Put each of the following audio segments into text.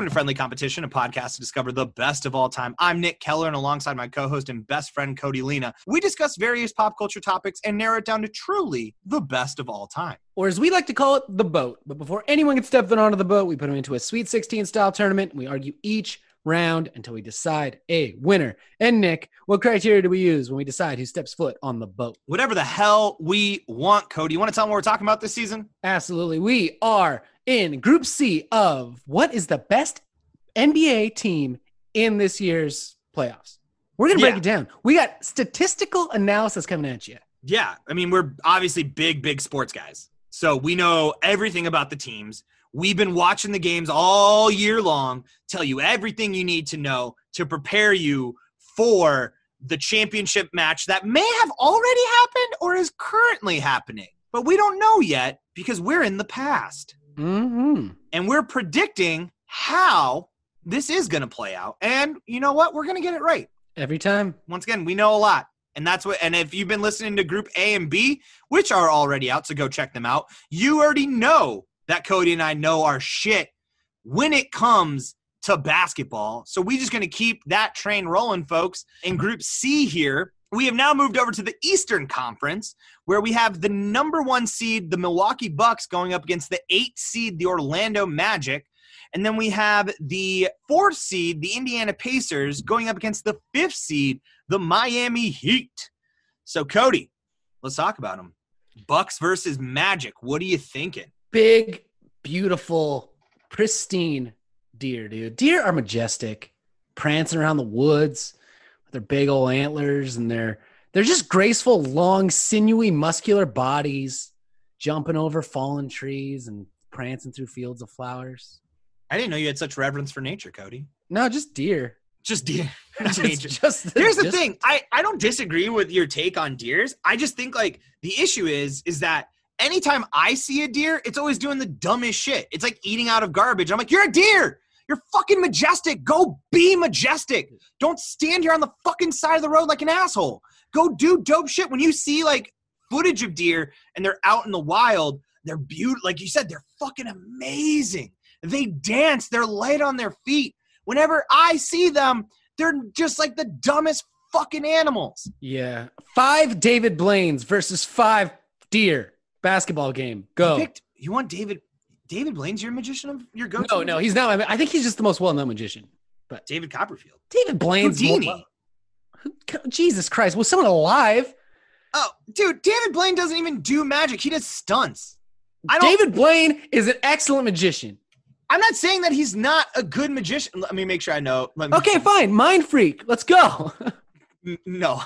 to Friendly Competition, a podcast to discover the best of all time. I'm Nick Keller, and alongside my co host and best friend, Cody Lena, we discuss various pop culture topics and narrow it down to truly the best of all time. or as we like to call it, the boat. But before anyone can step foot onto the boat, we put them into a Sweet 16 style tournament. and We argue each round until we decide a winner. And Nick, what criteria do we use when we decide who steps foot on the boat? Whatever the hell we want, Cody. You want to tell them what we're talking about this season? Absolutely. We are in Group C of what is the best NBA team in this year's playoffs? We're going to break Yeah. it down. We got statistical analysis coming at you. Yeah. I mean, we're obviously big, big sports guys. So we know everything about the teams. We've been watching the games all year long, tell you everything you need to know to prepare you for the championship match that may have already happened or is currently happening. But we don't know yet because we're in the past hmm and we're predicting how this is going to play out. And you know what? We're going to get it right Every time. once again, we know a lot. And that's what, and if you've been listening to Group A and B, which are already out, so go check them out, you already know that Cody and I know our shit when it comes to basketball. So we're just going to keep that train rolling, folks. In Group C here, we have now moved over to the Eastern Conference, where we have the number one seed, the Milwaukee Bucks, going up against the eight seed, the Orlando Magic. And then we have the fourth seed, the Indiana Pacers, going up against the fifth seed, the Miami Heat. So, Cody, let's talk about them. Bucks versus Magic. What are you thinking? big, beautiful, pristine deer, dude. Deer are majestic, prancing around the woods with their big old antlers and their they're just graceful, long, sinewy, muscular bodies, jumping over fallen trees and prancing through fields of flowers. I didn't know you had such reverence for nature, Cody. No, just deer. Just deer. It's nature. just Here's the just- thing. I, I don't disagree with your take on deers. I just think like the issue is is that anytime I see a deer, it's always doing the dumbest shit. It's like eating out of garbage. I'm like, you're a deer. You're fucking majestic. Go be majestic. Don't stand here on the fucking side of the road like an asshole. Go do dope shit. When you see like footage of deer and they're out in the wild, they're beautiful. Like you said, they're fucking amazing. They dance. They're light on their feet. Whenever I see them, they're just like the dumbest fucking animals. Yeah. Five David Blaines versus five deer basketball game. Go. You, picked, you want David? David Blaine's your magician of your go-to. No, no, he's not. I, mean, I think he's just the most well-known magician. David Copperfield. David Blaine's more- Houdini. Jesus Christ! Was someone alive? Oh, dude, David Blaine doesn't even do magic. He does stunts. I don't. David Blaine is an excellent magician. I'm not saying that he's not a good magician. Let me make sure I know. Let me- Okay, fine. Mind freak. Let's go. N- No.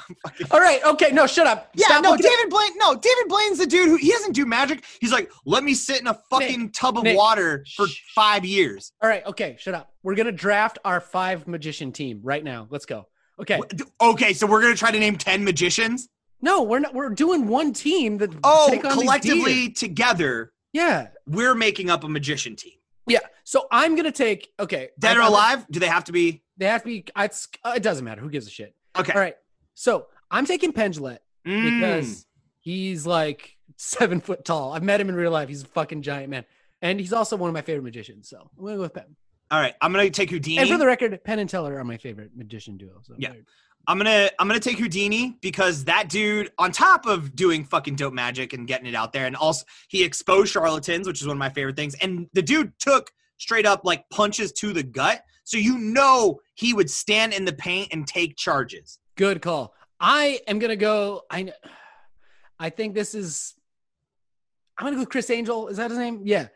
All right. Okay. No, shut up. Yeah, Stop no, looking at- David Blaine. No, David Blaine's the dude who he doesn't do magic. He's like, let me sit in a fucking tub of Nick. water for Shh. five years. All right. Okay. Shut up. We're gonna draft our five magician team right now. Let's go. Okay. What- Okay, so we're gonna try to name ten magicians. No, we're not. We're doing one team that. Oh, take on these deer. collectively together, Yeah. we're making up a magician team. Yeah. So I'm gonna take. Okay. Dead I- or I- alive? Do they have to be? They have to be. It's, uh, it doesn't matter. Who gives a shit? Okay. All right. So I'm taking Pendulette. Mm. because he's like seven foot tall. I've met him in real life. He's a fucking giant man. And he's also one of my favorite magicians. So I'm going to go with Penn. All right, I'm gonna take Houdini. And for the record, Penn and Teller are my favorite magician duo. So Yeah. I'm gonna I'm gonna take Houdini because that dude, on top of doing fucking dope magic and getting it out there, and also he exposed charlatans, which is one of my favorite things. And the dude took straight up like punches to the gut, so you know he would stand in the paint and take charges. Good call. I am going to go. I, kn- I think this is. I'm going to go Chris Angel. Is that his name? Yeah.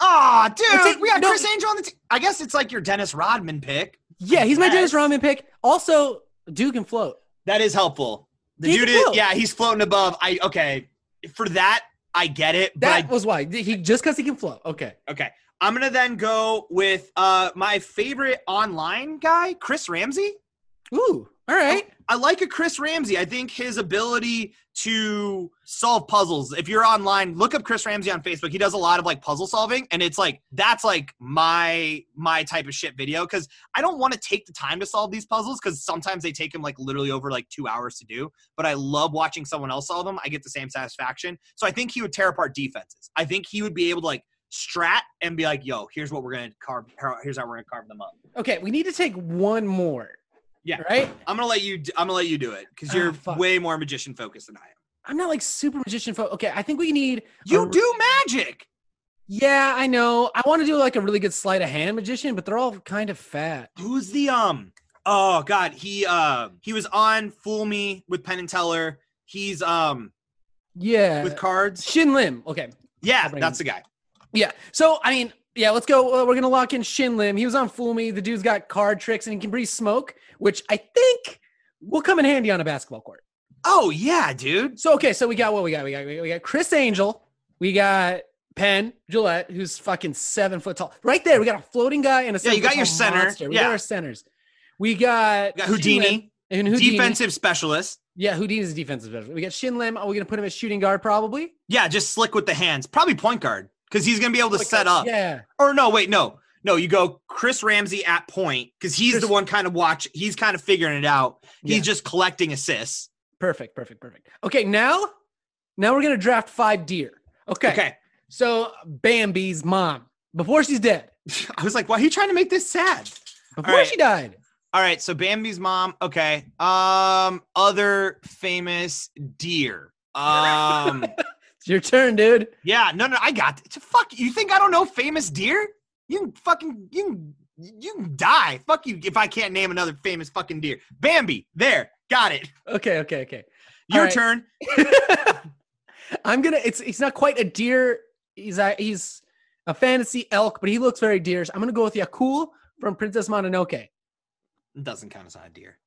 Ah, dude, It's like- we got no- Chris Angel on the team. I guess it's like your Dennis Rodman pick. Yeah. He's my Dennis Yes. Rodman pick. Also, Duke can float. That is helpful. The He's dude is close. yeah, he's floating above. I okay for that. I get it, but I That was why. He Just because he can float. Okay. Okay. I'm gonna then go with uh my favorite online guy, Chris Ramsey. Ooh. All right. I like a Chris Ramsey. I think his ability to solve puzzles. If you're online, look up Chris Ramsey on Facebook. He does a lot of like puzzle solving, and it's like that's like my my type of shit video because I don't want to take the time to solve these puzzles because sometimes they take him like literally over like two hours to do. But I love watching someone else solve them. I get the same satisfaction. So I think he would tear apart defenses. I think he would be able to like strat and be like, yo, here's what we're gonna carve. Here's how we're gonna carve them up. Okay, we need to take one more. Oh. Yeah. Right? I'm gonna let you. d- I'm gonna let you do it because Ah, you're fuck. way more magician focused than I am. I'm not like super magician fo- Okay, I think we need You a- do magic. Yeah, I know. I want to do like a really good sleight of hand magician, but they're all kind of fat. Who's the um? Oh God, he uh he was on Fool Me with Penn and Teller. He's um Yeah. with cards. Shin Lim. Okay. Yeah, I'll bring that's the guy. Yeah. So I mean, yeah, let's go. Uh, we're gonna lock in Shin Lim. He was on Fool Me. The dude's got card tricks and he can breathe smoke, which I think will come in handy on a basketball court. Oh yeah, dude. So okay, so we got what we got. We got we got, we got Chris Angel. We got Penn Gillette, who's fucking seven foot tall. Right there, we got a floating guy and a Yeah, you got seven-foot your tall center. monster. We Yeah. got our centers. We got, We got Shin Lim Houdini, and Houdini. defensive specialist. Yeah, Houdini's a defensive veteran. We got Shin Lim. Are we gonna put him at shooting guard probably? Yeah, just slick with the hands. Probably point guard because he's gonna be able to Like, set up. Yeah. Or no, wait, no, no. You go Chris Ramsey at point because he's Chris- the one kind of watch. He's kind of figuring it out. He's Yeah. just collecting assists. Perfect, perfect, perfect. Okay, now now we're gonna draft five deer. Okay. okay. So Bambi's mom, before she's dead, I was like, why are you trying to make this sad? before right. she died, All right, so Bambi's mom. Okay. Um, other famous deer. Um, it's your turn, dude. yeah, no, no, I got it. Fuck, you think I don't know famous deer? You can fucking you can, you can die. Fuck you if I can't name another famous fucking deer. Bambi, there, got it. Okay, okay, okay. Your right. turn. I'm gonna. It's he's not quite a deer. He's a, he's a fantasy elk, but he looks very deerish. I'm gonna go with Yakul from Princess Mononoke. It doesn't count as not a deer.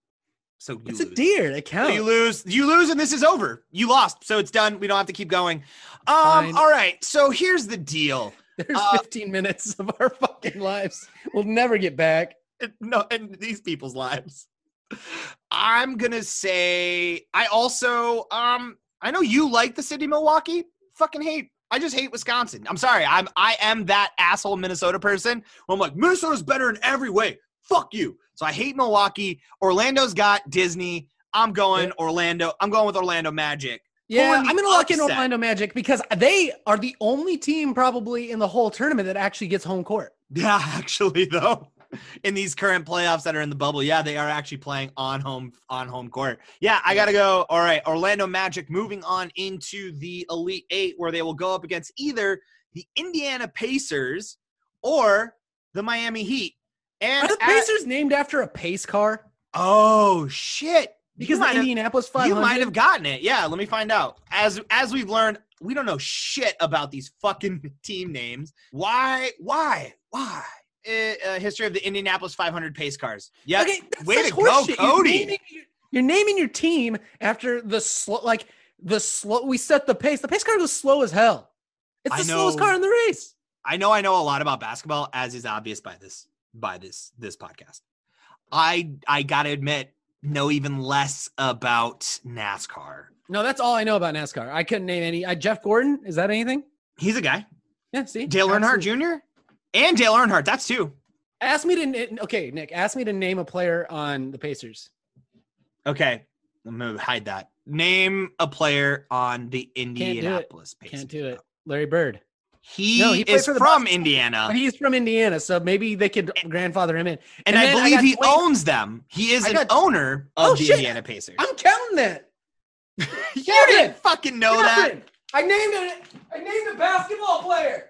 So you It's lose. a deer. That So counts. you lose. You lose, and this is over. You lost, so it's done. We don't have to keep going. Um, Fine. all right. So here's the deal. There's Uh, 15 minutes of our fucking lives. We'll never get back. and- no, and these people's lives. I'm gonna say I also um I know you like the city of Milwaukee. Fucking hate. I just hate Wisconsin. I'm sorry. I'm I am that asshole Minnesota person. Where I'm like Minnesota's better in every way. Fuck you. So I hate Milwaukee. Orlando's got Disney. I'm going Orlando. I'm going with Orlando Magic. Yeah, Pulling the I'm gonna lock in upset. Orlando Magic because they are the only team probably in the whole tournament that actually gets home court. Yeah, actually though. In these current playoffs that are in the bubble, yeah, they are actually playing on home on home court. Yeah, I gotta go. All right, Orlando Magic moving on into the Elite Eight, where they will go up against either the Indiana Pacers or the Miami Heat. And uh, Are the at- Pacers named after a pace car? oh shit! You Because the might have- Indianapolis you 500. might have gotten it. Yeah, let me find out. As as we've learned, we don't know shit about these fucking team names. Why? Why? Why? Eh, Uh, history of the Indianapolis 500 pace cars. Yeah. Okay, that's way such to go, horseshit. You're Cody. naming your- You're naming your team after the slow, like the slow. We set the pace. The pace car goes slow as hell. It's I the slowest know. car in the race. I know I know a lot about basketball, as is obvious by this by this this podcast. I I gotta admit, know even less about NASCAR. No, that's all I know about NASCAR. I couldn't name any. I, Jeff Gordon, is that anything? He's a guy. Yeah, see, Dale Earnhardt Absolutely. Jr. and Dale Earnhardt. That's two. Ask me to na- okay, Nick. Ask me to name a player on the Pacers. Okay. I'm gonna hide that. Name a player on the do it. Indianapolis Pacers. Can't do it. Larry Bird. He, No, he played is for the from Bucks. Indiana, But he's from Indiana, so maybe they could grandfather him in. Uh, and, and I then I believe got he Dwayne- owns them. He is I an got- owner of Oh, the shit. Indiana Pacers. I'm counting that. you counting. didn't fucking know that. Counting. I named it. I named a basketball player.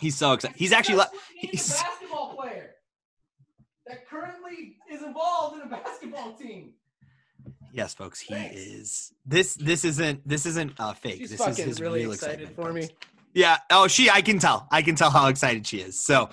He's so excited. He's actually li- That's what named a he's- basketball player that currently is involved in a basketball team. yes, folks. He Thanks. is. This this isn't this isn't uh, fake. She's this is fucking his really real excited excitement, for folks. me. Yeah. Oh, she. I can tell. I can tell how excited she is. So,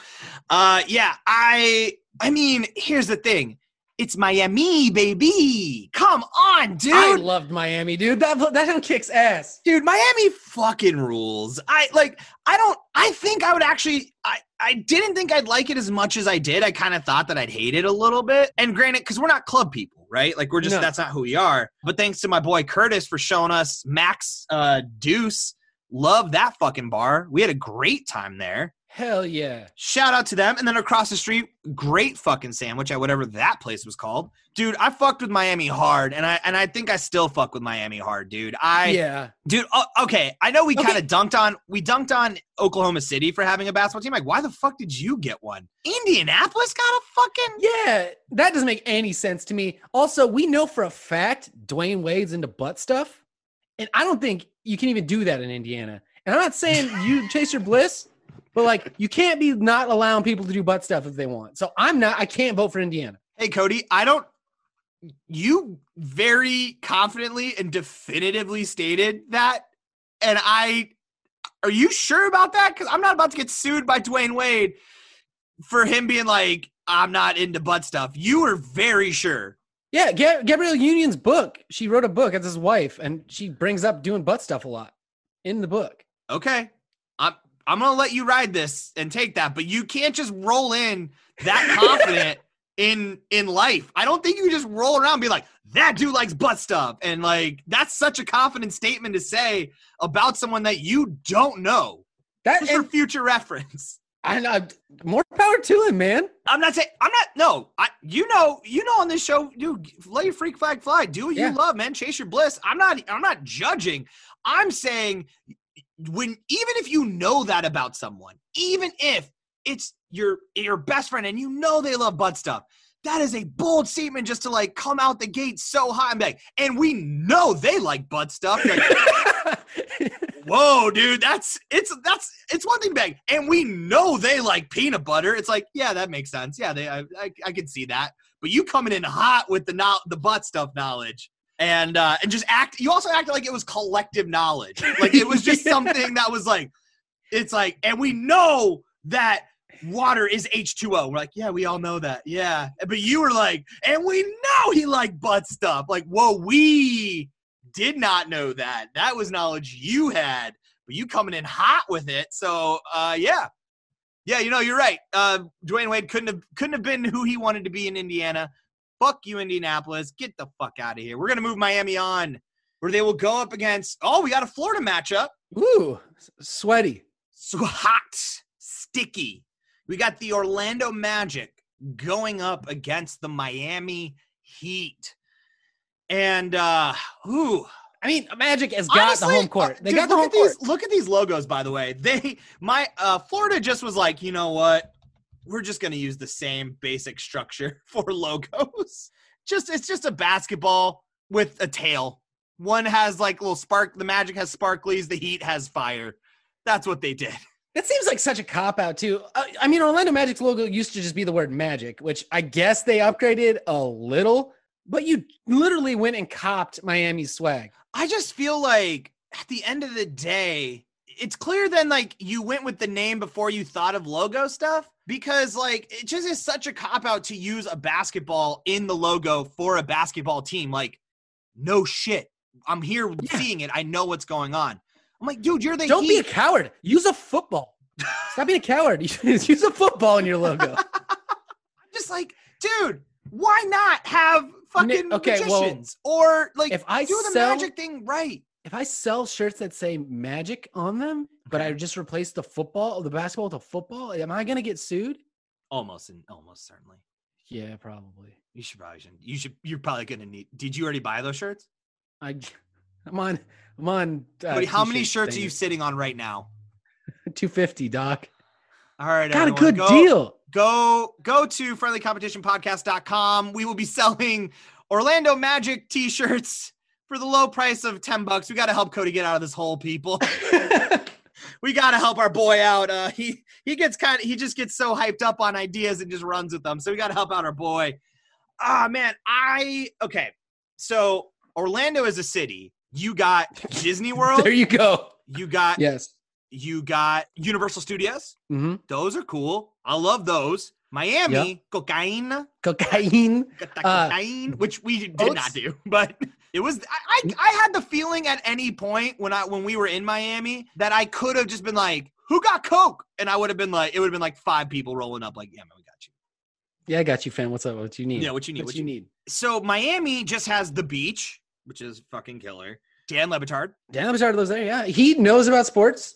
uh, yeah. I. I mean, here's the thing. It's Miami, baby. Come on, dude. I loved Miami, dude. That that one kicks ass. dude miami fucking rules i like i don't i think i would actually i i didn't think i'd like it as much as i did i kind of thought that i'd hate it a little bit and granted because we're not club people right like we're just No. that's not who we are but thanks to my boy curtis for showing us max uh deuce love that fucking bar we had a great time there Hell yeah. Shout out to them. And then across the street, great fucking sandwich at whatever that place was called. Dude, I fucked with Miami hard, and I and I think I still fuck with Miami hard, dude. I yeah. dude, oh, okay. I know we Okay. kind of dunked on we dunked on Oklahoma City for having a basketball team. Like, why the fuck did you get one? Indianapolis got a fucking Yeah. That doesn't make any sense to me. Also, we know for a fact Dwayne Wade's into butt stuff. And I don't think you can even do that in Indiana. And I'm not saying you chase your bliss, but like you can't be not allowing people to do butt stuff if they want. So I'm not, I can't vote for Indiana. Hey Cody, I don't you very confidently and definitively stated that and I are you sure about that cuz I'm not about to get sued by Dwayne Wade for him being like I'm not into butt stuff. You were very sure. Yeah, Ga- Gabrielle Union's book. She wrote a book. That's his wife, and she brings up doing butt stuff a lot in the book. Okay. I'm I'm going to let you ride this and take that, but you can't just roll in that confident in in life. I don't think you just roll around and be like that dude likes butt stuff and like that's such a confident statement to say about someone that you don't know That just for and, future reference. and uh, more power to him, man. I'm not saying I'm not no. I you know you know on this show, dude, let your freak flag fly. Do what Yeah. you love, man. Chase your bliss. I'm not I'm not judging. I'm saying when even if you know that about someone, even if it's your your best friend and you know they love butt stuff, that is a bold statement just to like come out the gate so high and be like, and we know they like butt stuff. Like, whoa, dude, that's it's that's it's one thing bag, and we know they like peanut butter. It's like, yeah, that makes sense. Yeah, they I I, I can see that. But you coming in hot with the no, the butt stuff knowledge, and uh, and just act. You also acted like it was collective knowledge, like it was just Yeah. something that was like, it's like, and we know that water is H2O. We're like, yeah, we all know that. Yeah. But you were like, and we know he liked butt stuff. Like, whoa, we did not know that. That was knowledge you had, but you coming in hot with it. So, uh, yeah. Yeah, you know, you're right. Uh, Dwayne Wade couldn't have couldn't have been who he wanted to be in Indiana. Fuck you, Indianapolis. Get the fuck out of here. We're gonna move Miami on, where they will go up against. Oh, we got a Florida matchup. Ooh, s- sweaty. So hot, sticky. We got the Orlando Magic going up against the Miami Heat. And uh ooh, I mean, Magic has got honestly, the home court. uh, They dude, got the look home at these, court. Look at these logos, by the way. They my uh Florida just was like, you know what? We're just gonna use the same basic structure for logos. Just it's just a basketball with a tail. One has like little spark. The Magic has sparklies. The Heat has fire. That's what they did. That seems like such a cop out too. Uh, I, I mean, Orlando Magic's logo used to just be the word Magic, which I guess they upgraded a little. But you literally went and copped Miami's swag. I just feel like at the end of the day, it's clear then like you went with the name before you thought of logo stuff because like it just is such a cop out to use a basketball in the logo for a basketball team. Like, no shit. I'm here Yeah. seeing it. I know what's going on. I'm like, dude, you're the Don't be a Heat. coward. Use a football. Stop being a coward. Use a football in your logo. I'm just like, dude, why not have fucking okay, well, magicians or like if I do the sell- magic thing right? If I sell shirts that say magic on them, but I just replace the football, the basketball with a football, am I gonna get sued? Almost and almost certainly. Yeah, probably. You should probably shouldn't. You should. You're probably gonna need. Did you already buy those shirts? I, I'm on. I'm on. Uh, Cody, how many t-shirt shirts are you sitting on right now? thing. 250, Doc. All right, Got a everyone, good go, deal. Go go to friendlycompetitionpodcast.com. We will be selling Orlando Magic t-shirts for the low price of ten bucks. We got to help Cody get out of this hole, people. we got to help our boy out. Uh, he he gets kind of he just gets so hyped up on ideas and just runs with them. So we got to help out our boy. Ah man, I okay. So Orlando is a city. You got Disney World. there you go. You got Yes. you got Universal Studios. Mm-hmm. Those are cool. I love those. Miami, cocaine, Cocaine. got the Uh, cocaine, which we did boats- Mm. not do, but it was. I, I I had the feeling at any point when I when we were in Miami that I could have just been like, "Who got coke?" and I would have been like, it would have been like five people rolling up, like, "Yeah, man, we got you. Yeah, I got you, fam. What's up? What you need? Yeah, what you need, Mm. What, you need? So Miami just has the beach, which is fucking killer. Dan Levitard, Dan Lebitard lives there. Yeah, he knows about sports.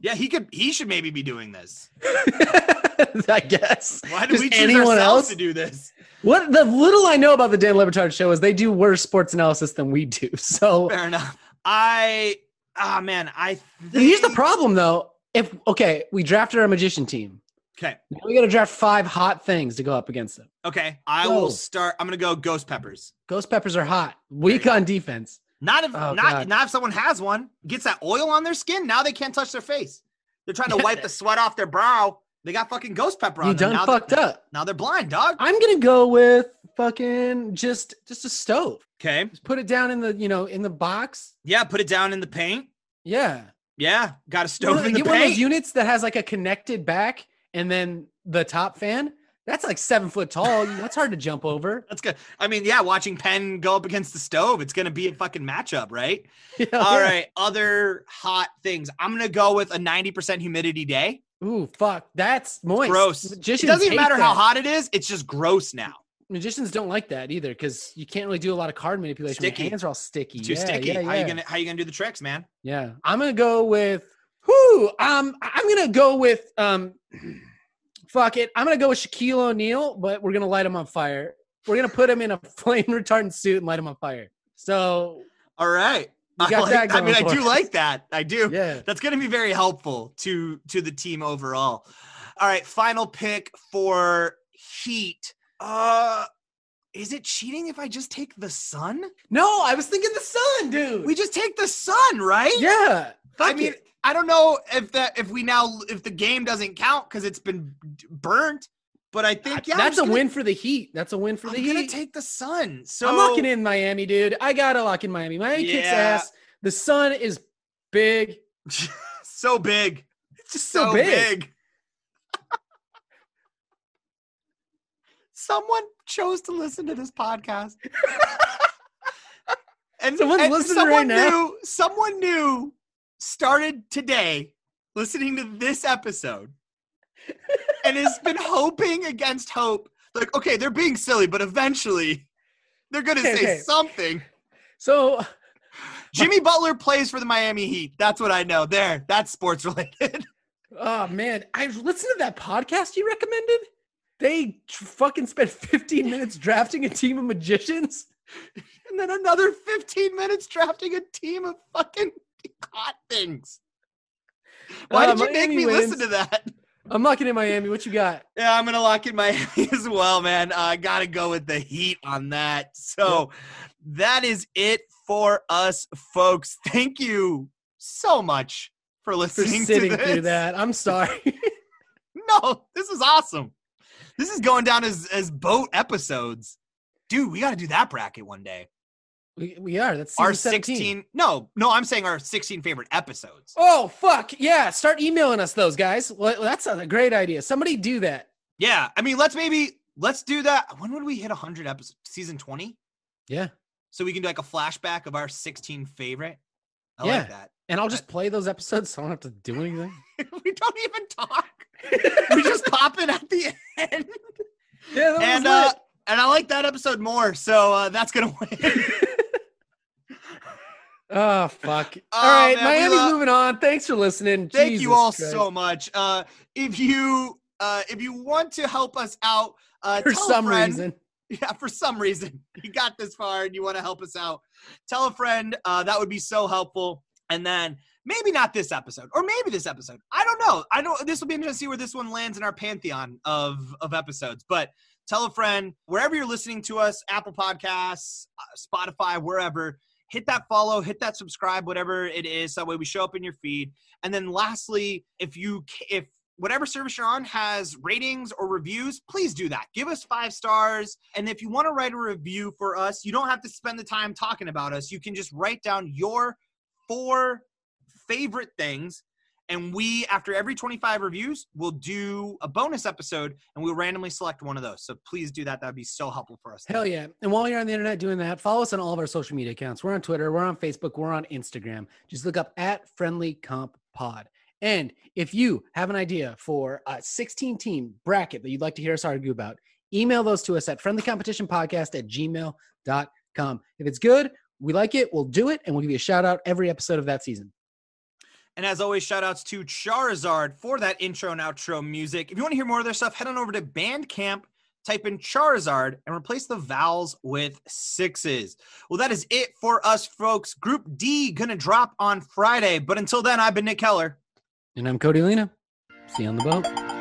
Yeah, he could. He should maybe be doing this. I guess. Why do Just we choose anyone ourselves else? to do this? What the little I know about the Dan Le Batard show is they do worse sports analysis than we do. So Fair enough. I ah man, I. Think, here's the problem though. If okay, we drafted our magician team. Okay, Now we gotta draft five hot things to go up against them. okay. I Go. will start. I'm gonna go ghost peppers. Ghost peppers are hot. There Weak you go. on defense. Not if Oh, not God. not if someone has one gets that oil on their skin. Now they can't touch their face. They're trying to wipe the sweat off their brow. They got fucking ghost pepper on You them. done now, fucked up. now they're blind, dog. I'm gonna go with fucking just just a stove. Okay. Just put it down in the you know in the box. Yeah. Put it down in the paint. Yeah. Yeah. Got a You stove know, in the get one of paint. those units that has like a connected back and then the top fan. That's like seven foot tall. That's hard to jump over. That's good. I mean, yeah, watching Penn go up against the stove, it's gonna be a fucking matchup, right? Oh, Yeah. All right, other hot things. I'm gonna go with a 90% humidity day. Ooh, fuck. That's moist. Gross. Magicians it doesn't even hate matter how that. hot it is. It's just gross now. Magicians don't like that either because you can't really do a lot of card manipulation. Sticky. Your hands are all sticky. It's too yeah, sticky. Yeah, yeah. How you gonna how you gonna do the tricks, man? yeah. I'm gonna go with who? Um, I- I'm gonna go with um fuck it. I'm gonna go with Shaquille O'Neal, but we're gonna light him on fire. We're gonna put him in a flame retardant suit and light him on fire. So All right. You I, got like- that I mean, going I for do us. like that. I do. yeah. That's gonna be very helpful to to the team overall. All right, final pick for heat. Uh is it cheating if I just take the sun? No, I was thinking the sun, dude. We just take the sun, right? yeah. I fuck mean, it. I don't know if that if we now if the game doesn't count because it's been d- burnt, but I think yeah, I'm that's just a gonna- win for the Heat. That's a win for the I'm gonna Heat. take the sun. So I'm locking in Miami, dude. I gotta lock in Miami. Miami kicks Yeah. ass. The sun is big. so big, It's just so, so big. big. Someone chose to listen to this podcast. and Someone's and listening someone right now. Knew, someone new started today listening to this episode and has been hoping against hope. Like, okay, they're being silly, but eventually they're going to Okay, say okay. something. So Jimmy Butler plays for the Miami Heat. That's what I know. There, that's sports related. oh man, I listened to that podcast you recommended. They tr- fucking spent 15 minutes drafting a team of magicians. and then another 15 minutes drafting a team of fucking hot things. Why Uh, did you Miami make me wins. listen to that? I'm locking in Miami. What you got? Yeah, I'm gonna lock in Miami as well, man. I gotta go with the Heat on that. So that is it for us, folks. Thank you so much for For listening sitting to this. through that. I'm sorry. No, this is awesome. This is going down as as boat episodes, dude. We gotta do that bracket one day. we, we are. That's Our season 16. No, no, I'm saying our 16 favorite episodes. Oh fuck yeah! Start emailing us those guys. Well, that's a great idea. Somebody do that. Yeah, I mean, let's maybe let's do that. When would we hit 100 episodes? Season 20. Yeah. So we can do like a flashback of our 16 favorite. I like that. And I'll just play those episodes. So I don't have to do anything. we don't even talk. we just pop it at the end. yeah, that And uh and I like that episode more. So uh that's gonna win. Oh fuck! Oh, all right, man, we Miami's love- moving on. Thanks for listening. Thank Jesus you all Christ. so much. Uh if you uh if you want to help us out, uh For tell a some friend. reason, yeah, for some reason you got this far and you want to help us out, tell a friend. Uh, that would be so helpful. And then maybe not this episode, or maybe this episode. I don't know. I know this will be interesting to see where this one lands in our pantheon of of episodes. But tell a friend wherever you're listening to us, Apple Podcasts, uh, Spotify, wherever. Hit that follow, hit that subscribe, whatever it is. That way we show up in your feed. And then lastly, if you ca- if whatever service you're on has ratings or reviews, please do that. Give us five stars. And if you want to write a review for us, you don't have to spend the time talking about us. You can just write down your four favorite things. And we, after every 25 reviews, will do a bonus episode and we'll randomly select one of those. So please do that. That would be so helpful for us. hell yeah! And while you're on the internet doing that, follow us on all of our social media accounts. We're on Twitter, we're on Facebook, we're on Instagram. Just look up at Friendly Comp Pod. And if you have an idea for a 16 team bracket that you'd like to hear us argue about, email those to us at friendlycompetitionpodcast at gmail.com. If it's good, we like it, we'll do it, and we'll give you a shout out every episode of that season. And as always, shout outs to Charizard for that intro and outro music. If you want to hear more of their stuff, head on over to Bandcamp, type in Charizard, and replace the vowels with sixes. Well, that is it for us, folks. Group D gonna drop on Friday. But until then, I've been Nick Keller. And I'm Cody Lena. See you on the boat.